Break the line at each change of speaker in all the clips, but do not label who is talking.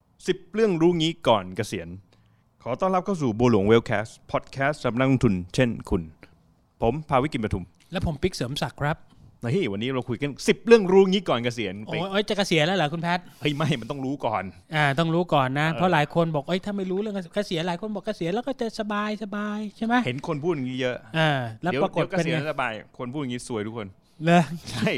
10 เรื่องรู้งี้ก่อนเกษียณ ขอต้อนรับเข้าสู่บัวหลวงเวลแคสพอดแคสต์สำหรับนักลงทุนเช่นคุณ ผมภาวิกินปทุม
แล้วผมปิ๊กเสริมศักดิ์ครับ
นะฮี่วันนี้เราคุยกัน 10 เรื่องรู้งี้ก่อนเกษียณ
โอ้ยโอ้ยจะเกษียณแล้วเหรอคุณแพทย์
เฮ้ยไม่มันต้องรู้ก่อน
อ่าต้องรู้ก่อนนะ
เออ
เพราะหลายคนบอกเอ้ยถ้าไม่รู้เรื่องเกษียณหลายคนบอกเกษียณแล้วก็จะสบายสบายใช่ไหม
เห็นคนพูดอย่างนี้เยอะ
อ่าแล้ว
เดี๋ยว
ปรากฏ
เดี๋ยวเก
เป็น
ษียณ
ไง
แล้วสบาย คนพูดอย่างนี้สวยทุกคน
เลย
ใช่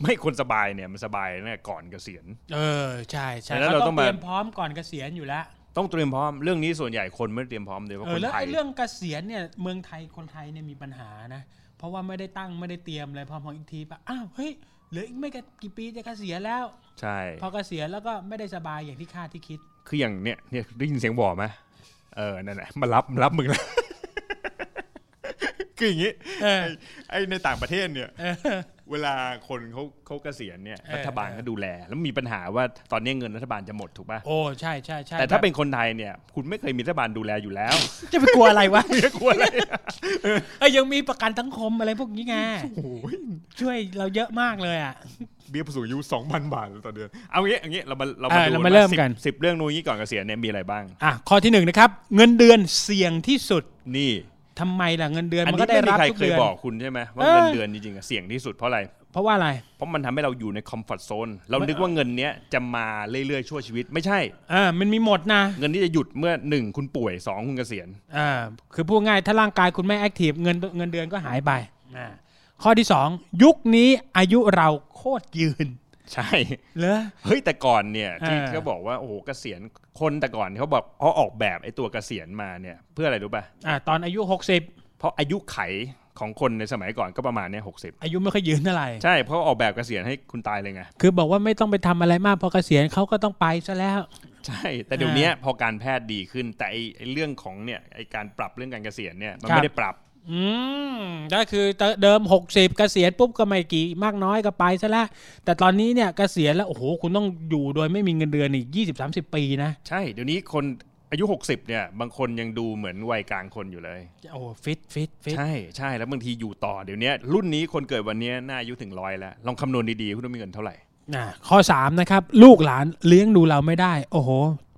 ไม่คนสบายเนี่ยมันสบายนะก่อนเกษียณ
เออใช่ใช่
แล้ว
เขา
เรา
ต้
ต้
อ
องงมา
เตรียมพร้อมก่อนเกษียณอยู่แล้ว
ต้องเตรียมพร้อมเรื่องนี้ส่วนใหญ่คนไม่เตรียมพร้อมเลยเพราะ
เอ
ค
อนแล้ว
ไทย
ไอ้เรื่องเกษียณเนี่ยเมืองไทยคนไทยเนี่ยมีปัญหานะ เพราะว่าไม่ได้ตั้งไม่ได้เตรียมอะไรพอพออีกทีปะอ้าวเฮ้ยเหลืออีกไม่กี่ปีจะเกษียณแล้ว
ใช่
พอเกษียณแล้วก็ไม่ได้สบายอย่างที่คาดที่คิด
คืออย่างเนี้ยเนี่ยได้ยินเสียงบ่อไหมเออนั่นแหละมารับมารับมึงแล้ว คืออย่างนี้
เออ
ไอ้ไอ้ในต่างประเทศเนี่ย
เออ
เวลาคนเขาเขาเกษียณเนี่ย
เออ
รัฐบาลก็ดูแล แล้วมีปัญหาว่าตอนนี้เงินรัฐบาลจะหมดถูกป่ะ
โอ้ใช่ใช่ใช่
แต่ถ้าเป็นคนไทยเนี่ย คุณไม่เคยมีรัฐบาลดูแลอยู่แล้ว
จะไปกลัวอะไร วะ
ไม่กลัวอะไร
เอ้ยยังมีประกันสังคมอะไรพวกนี้ไงช่วยเราเยอะมากเลยอ่ะ
เบี้ยผู้สูงอายุสองพันบาทต่อเดือนเอางี้เอางี้เรามาเรา
เอ
มา
อ
ดู
เรา
ว่
มาเริ่ม
สิบ
กัน
สิบเรื่องนู้นนี้ก่อนเกษียณเนี่ยมีอะไรบ้าง
อ่ะข้อที่หนึ่งนะครับ เงินเดือนเสี่ยงที่สุด
นี่
ทำไมล่ะเงินเดือน
อัน
มัน
นี้
ก็ได้
ไม่มี
รับ
ใคร
ทุก
เคย
เดือน
บอกคุณใช่ไหมว่า
เออ
เงินเดือนจริงๆอะเสี่ยงที่สุดเพราะอะไร
เพราะว่าอะไร
เพราะมันทำให้เราอยู่ในคอมฟอร์ทโซน เรานึกว่าเงินเนี้ยจะมาเรื่อยๆ ชั่วชีวิต ไม่ใช่
อ่ามันมีหมดนะ
เงินที่จะหยุดเมื่อ 1 คุณป่วย 2 คุณเกษียณ
อ่าคือพูดง่ายถ้าร่างกายคุณไม่แอคทีฟเงินเงินเดือนก็หายไปอ่าข้อที่สองยุคนี้อายุเราโคตรยืน
ใช่
เหรอ
เฮ้ย แต่ก่อนเนี่ย ที่
เออ
เขาบอกว่า โอ้โหเกษียณคนแต่ก่อนเขาบอกเขาออกแบบไอ้ตัวเกษียณมาเนี่ย เพื่ออะไรรู้ป่ะ
อ่าตอนอายุ 60
เพราะอายุไขของคนในสมัยก่อนก็ประมาณเนี่ยหก
อายุไม่ค่อยยืนเท่าไหร่
ใช่เพราะออกแบบเกษียณให้คุณตายเลยไง
คือบอกว่าไม่ต้องไปทำอะไรมากพอเกษียณเขาก็ต้องไปซะแล้ว
ใช่ แต่เดี๋ยวเนี้ยพอการแพทย์ดีขึ้นแต่ไอ้ไอ้เรื่องของเนี่ยไอ้การปรับเรื่องการเกษียณเนี่ยมัน
ครับ
ไม่ได้ปรับ
อืมก็คือเดิม 60 เกษียณปุ๊บก็ไม่กี่มากน้อยก็ไปซะละแต่ตอนนี้เนี่ยเกษียณแล้วโอ้โหคุณต้องอยู่โดยไม่มีเงินเดือนอีก 20 30 ปีนะ
ใช่เดี๋ยวนี้คนอายุ 60เนี่ยบางคนยังดูเหมือนวัยกลางคนอยู่เลย
โอ้โหฟิตฟิตฟิต
ใช่ใช่แล้วบางทีอยู่ต่อเดี๋ยวนี้รุ่นนี้คนเกิดวันนี้น่าอายุถึงร้อยแล้วลองคำนวณดีๆคุณต้องมีเงินเท่าไหร่
นะข้อ 3 นะครับ ลูกหลานเลี้ยงดูเราไม่ได้ โอ้โห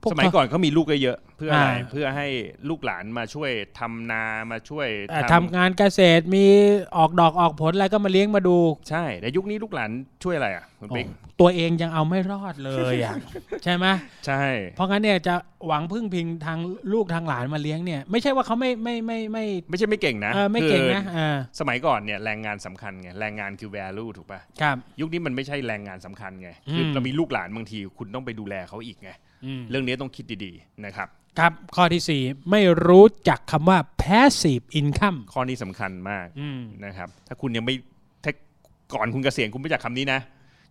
พวก
สมัยก่อนเขามีลูกเยอะๆเพื่ออะไร
อ่า
เพื่อให้ลูกหลานมาช่วยทำนามาช่วย
เอ่อทำงานเกษตรมีออกดอกออกผลอะไรก็มาเลี้ยงมาดู
ใช่แต่ยุคนี้ลูกหลานช่วยอะไรอ่ะคุณปิ๊ก
ตัวเองยังเอาไม่รอดเลยอ่ะ ใช่ไหม
ใช่
เพราะงั้นเนี่ยจะหวังพึ่งพิงทางลูกทางหลานมาเลี้ยงเนี่ย ไม่ใช่ว่าเขาไม่ไม่ไม่ไม่
ไม่ใช่ไม่เก่งนะ
เอ่อไม่เก่งนะ
คือ
อ่า
สมัยก่อนเนี่ยแรงงานสำคัญไงแรงงานคือ value ถูกป่ะ
ครับ
ยุคนี้มันไม่ใช่แรงงานสำคัญไงคืออ
ม
เรามีลูกหลานบางทีคุณต้องไปดูแลเขาอีกไง
อืม
เรื่องนี้ต้องคิดดีๆนะครับ
ครับ ข้อที่ 4 ไม่รู้จักคำว่า passive income
ข้อนี้สำคัญมาก
อืม
นะครับ ถ้าคุณยังไม่ถ้าก่อนคุณเกษียณคุณไม่รู้จักคำนี้นะ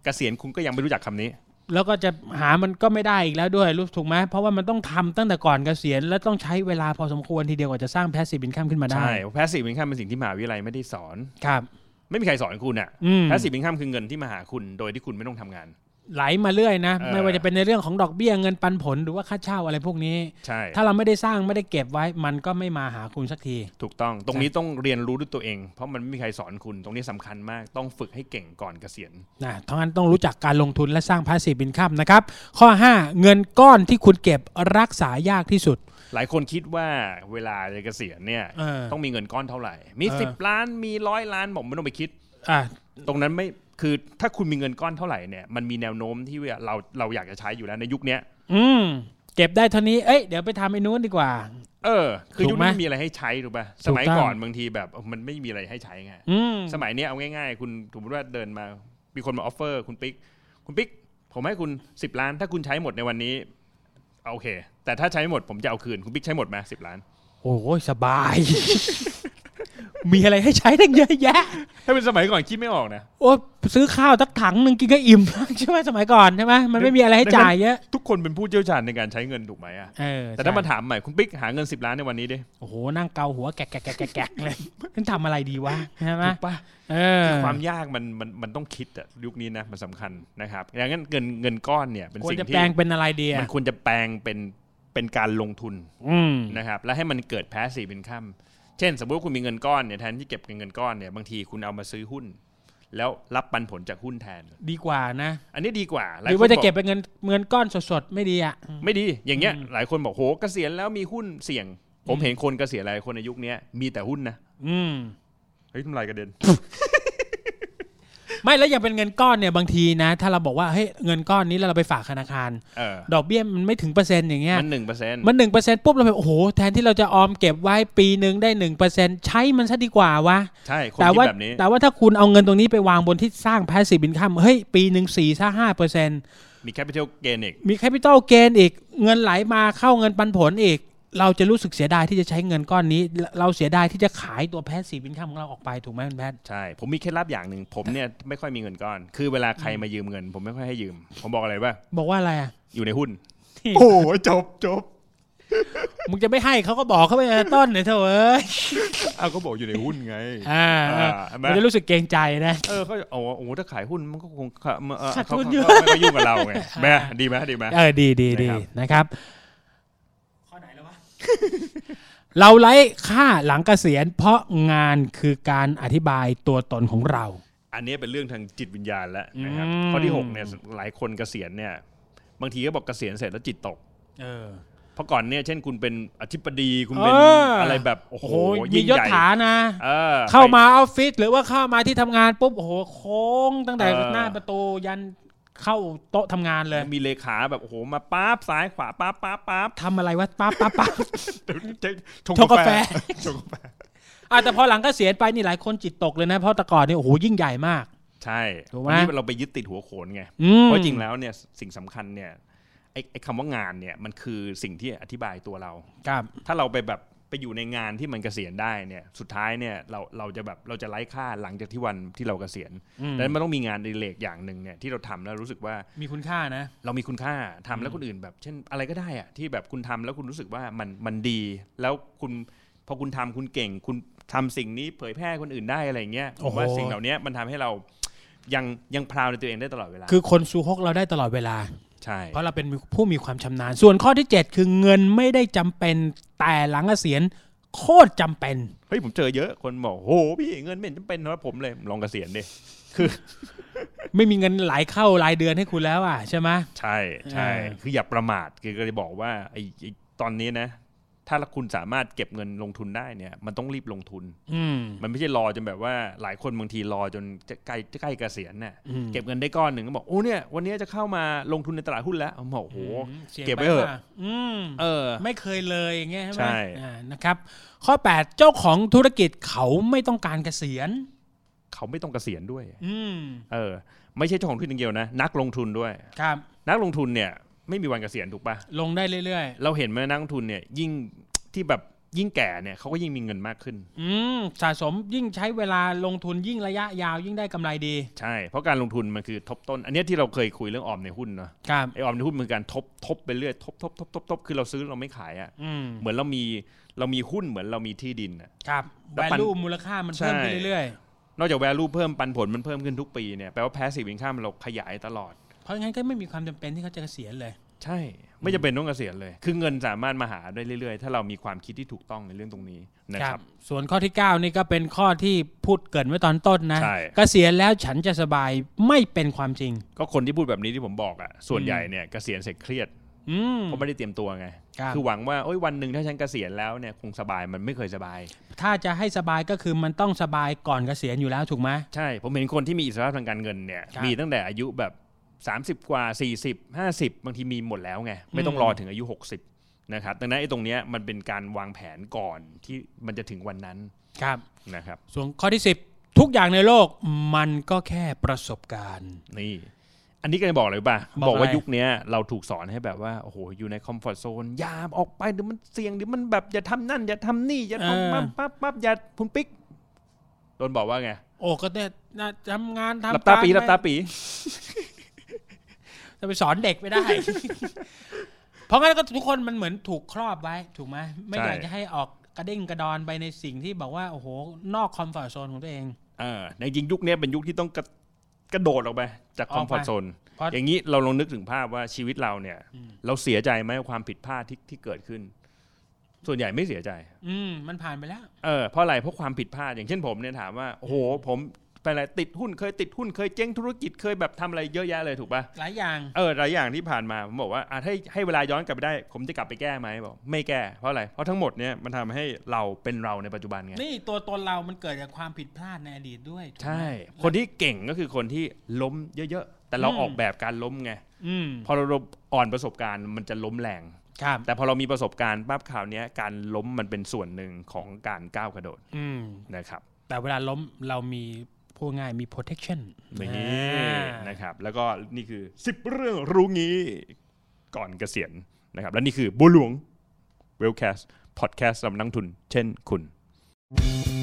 เกษียณคุณก็ยังไม่รู้จักคำนี้
แล้วก็จะหามันก็ไม่ได้อีกแล้วด้วยรู้ถูกไหมเพราะว่ามันต้องทำตั้งแต่ก่อนเกษียณและต้องใช้เวลาพอสมควรทีเดียวกว่าจะสร้าง passive income ขึ้นมาได้
ใช่แพสซีฟอินคัมเป็นสิ่งที่มหาวิทยาลัยไม่ได้สอน
ครับ
ไม่มีใครสอนคุณอ่ะ
อืม
แพสซีฟอินคัมคือเงินที่มาหาคุณโดยที่คุณไม่ต้องทำงาน
ไหลมาเรื่อยนะ
เออ
ไม่ว่าจะเป็นในเรื่องของดอกเบี้ยเงินปันผลหรือว่าค่าเช่าอะไรพวกนี้
ใช่
ถ้าเราไม่ได้สร้างไม่ได้เก็บไว้มันก็ไม่มาหาคุณสักที
ถูกต้องตรงนี้ต้องเรียนรู้ด้วยตัวเอง เพราะมันไม่มีใครสอนคุณตรงนี้สำคัญมากต้องฝึกให้เก่งก่อนเกษียณ
นะทั้งนั้นต้องรู้จักการลงทุนและสร้าง passive income นะครับ ข้อ 5 เงินก้อนที่คุณเก็บรักษายากที่สุด
หลายคนคิดว่าเวลาจะเกษียณเนี่ย
เออ
ต้องมีเงินก้อนเท่าไหร่ มี
เออ
สิบล้านมีร้อยล้านผมไม่ต้องไปคิด
อ่ะ
ตรงนั้นไม่คือถ้าคุณมีเงินก้อนเท่าไหร่เนี่ยมันมีแนวโน้มที่ว่าเราเราอยากจะใช้อยู่แล้วในยุคเนี้ย
อืมเก็บได้เท่านี้ เอ้ย เดี๋ยวไปทำไอ้นู้นดีกว่า
เออ คือ
ถู
ยุ
ก
ค
ไหม
นี้มีอะไรให้ใช้ถูกป่ะ
ถูก
ส
ต้อง
มัยก่อนบางทีแบบมันไม่มีอะไรให้ใช้ไง
อืม
สมัยเนี้ยเอาง่ายๆ คุณสมมติว่าเดินมามีคนมาออฟเฟอร์คุณปิ๊กคุณปิ๊กผมให้คุณ 10 ล้าน ถ้าคุณใช้หมดในวันนี้เอาโอเค แต่ถ้าใช้ไม่หมดผมจะเอาคืนคุณปิ๊กใช้หมดไหมสิบล้าน
โอ้โหสบาย มีอะไรให้ใช้ตั้งเยอะแยะ
ถ้าเป็นสมัยก่อนคิดไม่ออกนะ
โอ้ซื้อข้าวตักถังหนึ่งกินก็อิ่ม ใช่ไหมสมัยก่อนใช่ไหมมันไม่มีอะไรให้จ่ายเยอะ
ทุกคนเป็นผู้เชี่ยวชาญในการใช้เงินถูกไหมอะ
เออ
แต่ถ้ามาถามใหม่คุณปิ๊กหาเงิน 10 ล้านในวันนี้ดิ
โอ้โหนั่งเกาหัวแกะแกะแกะแกะแกะเลยมันทำอะไรดีวะใช่ไหม
ถูกปะ
เออ
คือความยากมันมันมันต้องคิดอะยุคนี้นะมันสำคัญนะครับดังนั้นเงินเงินก้อนเนี่ยเป็น
ควร
สิ่ง
จะ
ที่
แปลงเป็นอะไรดี
มัน
อ่ะ
ควรจะแปลงเป็นเป็นการลงทุน
อืม
นะครับและให้มันเกิดแพสซีฟเป็นข้ามเช่น สมมติว่าคุณมีเงินก้อนเนี่ยแทนที่เก็บเป็นเงินก้อนเนี่ยบางทีคุณเอามาซื้อหุ้น แล้วรับปันผลจากหุ้นแทน
ดีกว่านะ
อันนี้ดีกว่า
หรือว่าจะเก็บเป็นเงินเงินก้อนสดๆ ไม่ดีอ่ะ
ไม่ดีอย่างเงี้ย
อืม
หลายคนบอกโหเกษียณแล้วมีหุ้นเสี่ยง ผมเห็นคนเกษียณหลายคนในยุคเนี้ยมีแต่หุ้นนะ
อืม
เฮ้ยทำลายกระเด็น
ไม่แล้วอย่างเป็นเงินก้อนเนี่ยบางทีนะ ถ้าเราบอกว่าเฮ้ยเงินก้อนนี้แล้วเราไปฝากธนาคาร
เออ
ดอกเบี้ยมันไม่ถึงเปอร์เซ็นต์อย่างเงี้ย
มันหนึ่งเปอร์เซ็นต์
มันหนึ่งเปอร์เซ็นต์ปุ๊บเราแบบโอ้โหแทนที่เราจะออมเก็บไว้ปีหนึ่งได้หนึ่งเปอร์เซ็นต์ใช้มันซะดีกว่าวะ
ใช่คน
แต่
คิ
ว่า
ดแบบนี้
แต่ว่าถ้าคุณเอาเงินตรงนี้ไปวางบนที่สร้าง passive income เฮ้ย ปีหนึ่งสี่ถ้าห้าเปอร์เซ็นต์
มีแคปิตอลเกนอีก
มี capital gain อีกเงินไหลมาเข้าเงินปันผลอีก เราจะรู้สึกเสียดายที่จะใช้เงินก้อนนี้ เราเสียดายที่จะขายตัว passive income ของเราออกไปถูกไหมคุณแพทย์
ใช่ ผมมีเคล็ดลับอย่างหนึ่งผมเนี่ยไม่ค่อยมีเงินก้อน คือเวลาใครมายืมเงิน ผมไม่ค่อยให้ยืม ผมบอกอะไรว่า
บอกว่าอะไรอ่ะ
อยู่ในหุ้น
ที่
โอ้โหจบจบ
มึงจะไม่ให้เขาก็บอกเขาไปเลยต้นเลยเถอะเอ้ย
เอาก็บอกอยู่ในหุ้นไง
อ่า
อ่าเห็นไหม
มันจะรู้สึกเกรงใจนะ
เออเขาจะโอ้โหถ้าขายหุ้นมันก็คงเออ
ขาด
เขา
ทุน
เขา
อยู่
เขาไม่ไปยุ่งกับเรา ไงแม่ดีไหมดีไหม
เออดีดีดี
นะครับ
นะครับ เราไร้ค่าหลังเกษียณ เพราะงานคือการอธิบายตัวตนของเรา
อันนี้เป็นเรื่องทางจิตวิญญาณแล้วนะครับ
อืม
ข้อที่หกเนี่ยหลายคนเกษียณเนี่ย บางทีก็บอกเกษียณเสร็จแล้วจิตตก
เออ
เพราะก่อนเนี่ยเช่นคุณเป็นอธิบดีคุณเป็น
เอออ
อะไรแบบโอ้
โอ้
โห
โหมี
ยิ่ง
ยศ
ใหญ่
ฐานะ
เออ
เข้ามาออฟฟิศหรือว่าเข้ามาที่ทำงานปุ๊บโอ้โหโค้งตั้งแต่
เออ
หน้าประตูยันเข้าโต๊ะทำงานเลย
มีเลขาแบบโอ้โหมาป๊าบซ้ายขวาป๊าบป๊าบป๊าบ
ทำอะไรวะปั๊บปั๊บปั๊บ
ชงกาแฟ
ชงกาแฟ
ชงกาแฟ
อ่ะแต่พอหลังเกษียณไปนี่หลายคนจิตตกเลยนะ เพราะแต่ก่อนเนี่ยโอ้โหยิ่งใหญ่มาก
ใช่
ถูกไหม
วันนี้เราไปยึดติดหัวโขนไง
อืม
เพราะจริงแล้วเนี่ยสิ่งสำคัญเนี่ยไอ้ไอ้คำว่างานเนี่ยมันคือสิ่งที่อธิบายตัวเรา
ครับ
ถ้าเราไปแบบไปอยู่ในงานที่มันเกษียณได้เนี่ยสุดท้ายเนี่ยเราเราจะแบบเราจะไร้ค่าหลังจากที่วันที่เราเกษียณ
อืม
ดังนั้นมันต้องมีงานอดิเลกอย่างหนึ่งเนี่ยที่เราทำแล้วรู้สึกว่า
มีคุณค่านะ
เรามีคุณค่าทำแล้วคนอื่นแบบ เช่นอะไรก็ได้อะที่แบบคุณทำแล้วคุณรู้สึกว่ามันมันดี แล้วคุณพอคุณทำคุณเก่ง คุณทำสิ่งนี้เผยแพร่คนอื่นได้อะไรอย่างเงี้ยผ
โอ้
ม
โห
ว่าสิ่งเหล่านี้มันทำให้เรายังยังพราวในตัวเองได้ตลอดเวลา
คือคนซูฮกเราได้ตลอดเวลา
ใช่
เพราะเราเป็นผู้มีความชำนาญ ส่วนข้อที่ 7 คือเงินไม่ได้จำเป็นแต่หลังเกษียณโคตรจำเป็น
เฮ้ยผมเจอเยอะคนบอกโหพี่เงินไม่เห็นจำเป็นนะผมเลยลองเกษียณดิ
ไม่มีเงินไหลเข้ารายเดือนให้คุณแล้วอ่ะใช่ไหม
ใช่ใช่
เออ
คืออย่าประมาทคือก็เลยบอกว่าไอ้ไอ้ตอนนี้นะ ถ้าคุณสามารถเก็บเงินลงทุนได้เนี่ย มันต้องรีบลงทุน
อืม
มันไม่ใช่รอจนแบบว่าหลายคนบางทีรอจนจะใกล้จะใกล้เกษียณเนี่ย
อืม
เก็บเงินได้ก้อนหนึ่งก็บอกโอ้เนี่ยวันนี้จะเข้ามาลงทุนในตลาดหุ้นแล้วผมบอกโอ้โห
สี่ยง
เก็บไว้เถอะ
ปะอืม
เออ
ไม่เคยเลยอย่างเงี้ยใช่ไหม
ใช่
อ่านะครับ ข้อ 8 เจ้าของธุรกิจเขาไม่ต้องการเกษียณ
เขาไม่ต้องเกษียณด้วย
อืม
เออ ไม่ใช่เจ้าของธุรกิจอย่างเดียวนะ นักลงทุนด้วย
ครับ
นักลงทุนเนี่ย ไม่มีวันเกษียณถูกปะ
ลงได้เรื่อย
เราเห็นไหมนักลงทุนเนี่ยยิ่งที่แบบยิ่งแก่เนี่ยเขาก็ยิ่งมีเงินมากขึ้น
ๆอืมสะสมยิ่งใช้เวลาลงทุนยิ่งระยะยาวยิ่งได้กำไรดี
ใช่ เพราะการลงทุนมันคือทบต้น อันเนี้ยที่เราเคยคุยเรื่องออมในหุ้นเนาะ
ครับ
ไอออมในหุ้นมันคือการทบทบไปเรื่อยทบทบทบทบทบคือเราซื้อเราไม่ขายอะ่ะ
อืม
เหมือนเรามีเรามีหุ้นเหมือนเรามีที่ดินอะ
ครับ
แล้วปัน
value มูลค่ามันเพิ่มขึ้นเรื่อยๆ
นอกจาก value เพิ่มปันผลมันเพิ่มขึ้นทุกปีเนี่ยแปลว่า passive income เราขยายตลอด
เพราะงั้นก็ไม่มีความจำเป็นที่เขาจะเกษียณเลย
ใช่ ไม่จำเป็นต้องเกษียณเลย คือเงินสามารถมาหาได้เรื่อยๆ ถ้าเรามีความคิดที่ถูกต้องในเรื่องตรงนี้นะครับ
ส่วนข้อที่ 9 นี่ก็เป็นข้อที่พูดเกรินไว้ตอนต้นนะ
ใช่
เกษียณแล้วฉันจะสบายไม่เป็นความจริง
ก็คนที่พูดแบบนี้ที่ผมบอกอะ่ะส่วนใหญ่เนี่ยเกษียณเสร็จเครียด
อืม
เพราะไม่ได้เตรียมตัวไง
ครับ
อหวังว่าโอ้ยวันหนึ่งถ้าฉันเกษียณแล้วเนี่ยคงสบายมันไม่เคยสบาย
ถ้าจะให้สบายก็คือมันต้องสบายก่อนเกษียณอยู่แล้วถูกไหม
ใช่ ผมเห็นคนที่มีอิสระทางการเงินเนี่ย
ครับ
มีตั้งแต่อายุแบบ 30 กว่า 40 50 บางทีมีหมดแล้วไง ไม่ต้อง
อืม
รอถึงอายุ 60 นะครับดังนั้นไอ้ตรงเนี้ยมันเป็นการวางแผนก่อนที่มันจะถึงวันนั้น
ครับ
นะครับ
ส่วนข้อที่ 10 ทุกอย่างในโลกมันก็แค่ประสบการณ์
นี่ อันนี้ก็จะบอกเลยป่ะ
บ
บ
อกอะไร
อกว่ายุคเนี้ยเราถูกสอนให้แบบว่า โอ้โห อยู่ในคอมฟอร์ทโซนอย่าออกไปเดี๋ยวมันเสี่ยงเดี๋ยวมันแบบอย่าทำนั่น อย่าทำนี่ อย่าทำปั๊บปั๊บปั๊บอย่าพุ่นปิ๊กโดนบอกว่าไง
โอ้ก็เนี่ยน่าทำงานทำ
หลับตาปี
กร
หลับตาปี
จะไปสอนเด็กไม่ได้ เพราะงั้นก็ทุกคนมันเหมือนถูกครอบไว้ถูกไหมไม่
ใช่
อยากจะให้ออกกระเด้งกระดอนไปในสิ่งที่บอกว่าโอ้โหนอกคอมฟอร์ทโซนของตัวเอง
เออในจริงยุคเนี้ยเป็นยุคที่ต้องกระกระโดดออกไปจาก
อ
ค
อ
อก ม
ไป
ฟอร์ทโซน
เพราะ
อย่างนี้เราลองนึกถึงภาพว่าชีวิตเราเนี่ย เราเสียใจไหมกับความผิดพลาดที่ที่เกิดขึ้น ส่วนใหญ่ไม่เสียใจ
อืมมันผ่านไปแล้ว
เออเพราะอะไรเพราะความผิดพลาดอย่างเช่นผมเนี่ยถามว่าโอ้โหผม ไปอะไรติดหุ้นเคยติดหุ้นเคยเจ๊งธุรกิจเคยแบบทำอะไรเยอะแยะเลยถูกปะ
หลายอย่าง
เออหลายอย่างที่ผ่านมาผมบอกว่าอ่ะให้ให้เวลาย้อนกลับไปได้ ผมจะกลับไปแก้ไหมบอกไม่แก้เพราะอะไร เพราะทั้งหมดเนี้ยมันทำให้เราเป็นเราในปัจจุบันไง
นี่ตัวตนเรามันเกิดจากความผิดพลาดในอดีตด้วยถูกไหม
ใช่ คนที่เก่งก็คือคนที่ล้มเยอะๆ แต่เรา
อืม
ออกแบบการล้มไง
อืม
พอเราอ่อนประสบการณ์มันจะล้มแรง
ครับ
แต่พอเรามีประสบการณ์ปั๊บข่าวเนี้ยการล้มมันเป็นส่วนหนึ่งของการก้าวกระโดด
อืม
นะครับ
แต่เวลาล้มเรามีพูดง่ายมี protection
นี่
อ่า
นะครับแล้วก็นี่คือ 10 เรื่องรู้งี้ก่อนเกษียณนะครับและนี่คือบัวหลวงเวลแคสพอดแคสต์สำหรับนักลงทุน เช่นคุณ